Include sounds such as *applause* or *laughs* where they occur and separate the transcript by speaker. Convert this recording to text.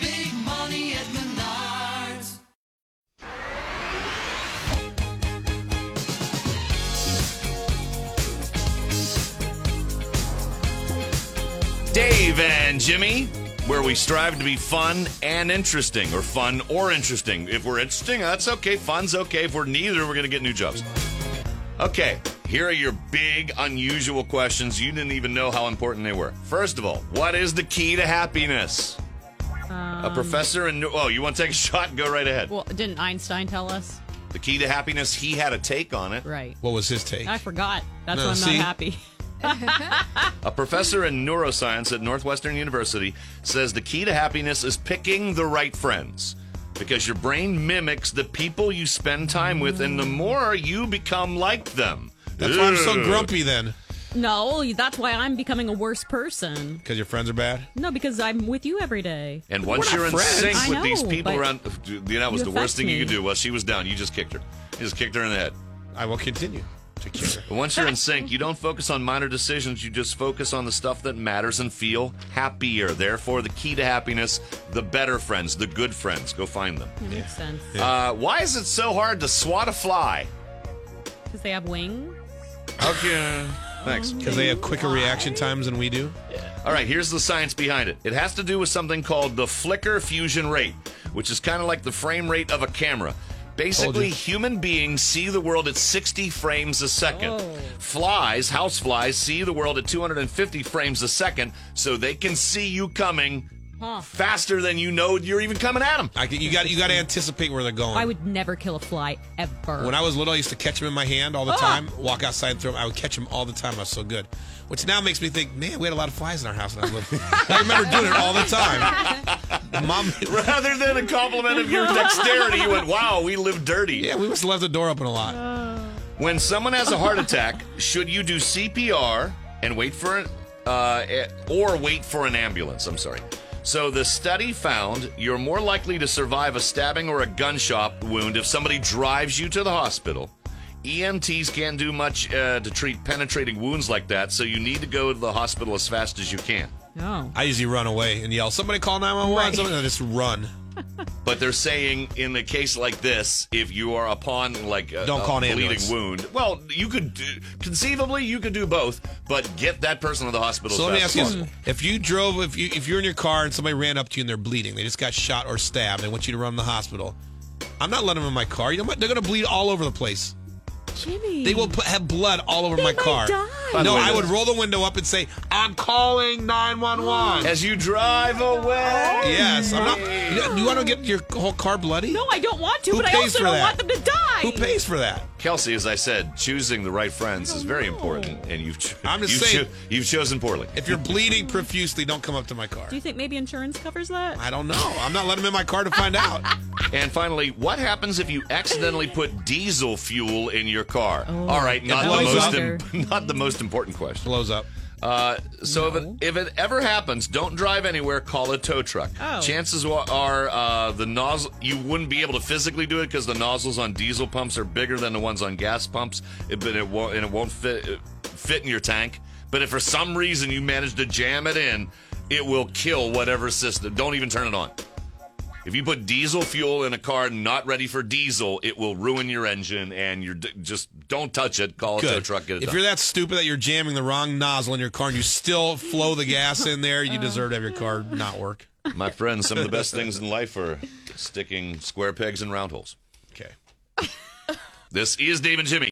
Speaker 1: big money at Menards.
Speaker 2: Dave and Jimmy, where we strive to be fun and interesting, or fun or interesting. If we're interesting, that's okay. Fun's okay. If we're neither, we're going to get new jobs. Okay, here are your big, unusual questions. You didn't even know how important they were. First of all, what is the key to happiness? a professor in. Oh, you want to take a *laughs* shot? Go right ahead.
Speaker 3: Um, Well, didn't Einstein tell us?
Speaker 2: the key to happiness, he had a take on it.
Speaker 3: Right.
Speaker 4: What was his take?
Speaker 3: I forgot. That's
Speaker 4: No,
Speaker 3: why I'm
Speaker 4: see?
Speaker 3: not
Speaker 4: *laughs*
Speaker 3: happy.
Speaker 2: A professor in neuroscience at Northwestern University says the key to happiness is picking the right friends because your brain mimics the people you spend time with, and the more you become like them.
Speaker 4: That's why I'm so
Speaker 2: Ew.
Speaker 4: grumpy then.
Speaker 3: No, that's why I'm becoming a worse person.
Speaker 4: Because your friends are bad.
Speaker 3: No, because I'm with you every day.
Speaker 2: And once you're in
Speaker 4: friends.
Speaker 2: sync
Speaker 3: I
Speaker 2: with these
Speaker 3: know,
Speaker 2: people
Speaker 3: but
Speaker 2: around, you know, that was
Speaker 3: you
Speaker 2: the
Speaker 3: affect
Speaker 2: worst thing you
Speaker 3: me.
Speaker 2: could do. Well, she was down. You just kicked her. You just kicked her in the head.
Speaker 4: I will continue to kick her.
Speaker 2: But once you're in sync, you don't focus on minor decisions. You just focus on the stuff that matters and feel happier. Therefore, the key to happiness, the better friends, the good friends. Go find them.
Speaker 3: That makes sense.
Speaker 2: Uh, why is it so hard to swat a fly?
Speaker 3: Because they have wings.
Speaker 2: Okay. Thanks.
Speaker 4: Because they have quicker reaction times than we do.
Speaker 2: All right, here's the science behind it. It has to do with something called the flicker fusion rate, which is kind of like the frame rate of a camera. Basically,
Speaker 4: you.
Speaker 2: human beings see the world at 60 frames a second.
Speaker 3: Oh.
Speaker 2: Flies, house flies, see the world at 250 frames a second, so they can see you coming faster than you know you're even coming at them.
Speaker 4: I, can- you got you got to anticipate where they're going.
Speaker 3: I would never kill a fly ever.
Speaker 4: Oh. When I was little, I used to catch them in my hand all the
Speaker 3: Ah!
Speaker 4: time. Walk outside and throw them. I would catch them all the time. I was so good. Which now makes me think, man, we had a lot of flies in our house when I was little.
Speaker 3: *laughs*
Speaker 4: I remember doing it all the time. Mom,
Speaker 2: Rather than a compliment of your dexterity, you went, wow, we live dirty.
Speaker 4: yeah, we must have left the door open a lot.
Speaker 2: When someone has a heart attack, should you do CPR and wait for an, uh, eh, or wait for an ambulance? I'm sorry. So the study found you're more likely to survive a stabbing or a gunshot wound if somebody drives you to the hospital. E EMTs can't do much uh, to treat penetrating wounds like that, so you need to go to the hospital as fast as you can.
Speaker 3: no.
Speaker 4: I usually run away and yell, "Somebody call 911!"
Speaker 3: Right.
Speaker 4: Somebody, and I just run.
Speaker 2: But they're saying in a case like this, if you are upon like a,
Speaker 4: Don't
Speaker 2: a
Speaker 4: call an
Speaker 2: bleeding
Speaker 4: ambulance.
Speaker 2: wound, well, you could do, conceivably you could do both, but get that person to the hospital.
Speaker 4: So
Speaker 2: as
Speaker 4: let me
Speaker 2: fast
Speaker 4: ask you:
Speaker 2: as
Speaker 4: this.
Speaker 2: possible.
Speaker 4: If you drove, if you if you're in your car and somebody ran up to you and they're bleeding, they just got shot or stabbed, they want you to run to the hospital. I'm not letting them in my car. You know what? They're going to bleed all over the place.
Speaker 3: Jimmy.
Speaker 4: They will put, have blood all over my
Speaker 3: might
Speaker 4: car.
Speaker 3: die.
Speaker 2: By the
Speaker 4: No,
Speaker 2: way,
Speaker 4: I would
Speaker 2: this-
Speaker 4: roll the window up and say, "I'm calling 911."
Speaker 2: As you drive away,
Speaker 4: Yes, I'm not. You, you want to get your whole car bloody?
Speaker 3: No, I don't want to,
Speaker 4: Who
Speaker 3: but I
Speaker 4: pays
Speaker 3: also
Speaker 4: for
Speaker 3: don't
Speaker 4: that?
Speaker 3: want them to die.
Speaker 4: Who pays for that?
Speaker 2: Kelsey, as I said, choosing the right friends is very
Speaker 3: know.
Speaker 2: important, and you've cho-
Speaker 4: I'm just
Speaker 2: you've,
Speaker 4: saying-
Speaker 2: you've chosen poorly.
Speaker 4: If you're bleeding profusely, don't come up to my car.
Speaker 3: Do you think maybe insurance covers that?
Speaker 4: I don't know. I'm not letting them in my car to
Speaker 3: *laughs*
Speaker 4: find out.
Speaker 2: And finally, what happens if you accidentally put diesel fuel in your car? All right, not the
Speaker 4: blows
Speaker 2: most
Speaker 3: up.
Speaker 2: im- *laughs* not the most important question.
Speaker 4: Blows up.
Speaker 2: Uh, so if, it, if it ever happens, don't drive anywhere. Call a tow truck.
Speaker 3: Oh.
Speaker 2: Chances wa- are uh, the nozzle you wouldn't be able to physically do it because the nozzles on diesel pumps are bigger than the ones on gas pumps, it, but it won't and it won't fit uh, fit in your tank. But if for some reason you manage to jam it in, it will kill whatever system. Don't even turn it on. If you put diesel fuel in a car not ready for diesel, it will ruin your engine, and you're d- just don't touch it. Call a tow
Speaker 4: Good.
Speaker 2: truck. Get it
Speaker 4: if
Speaker 2: done.
Speaker 4: you're that stupid that you're jamming the wrong nozzle in your car and you still flow the gas in there, you deserve to have your car not work.
Speaker 2: My friend, some of the best things in life are sticking square pegs in round holes.
Speaker 4: Okay.
Speaker 2: This is Dave and Jimmy.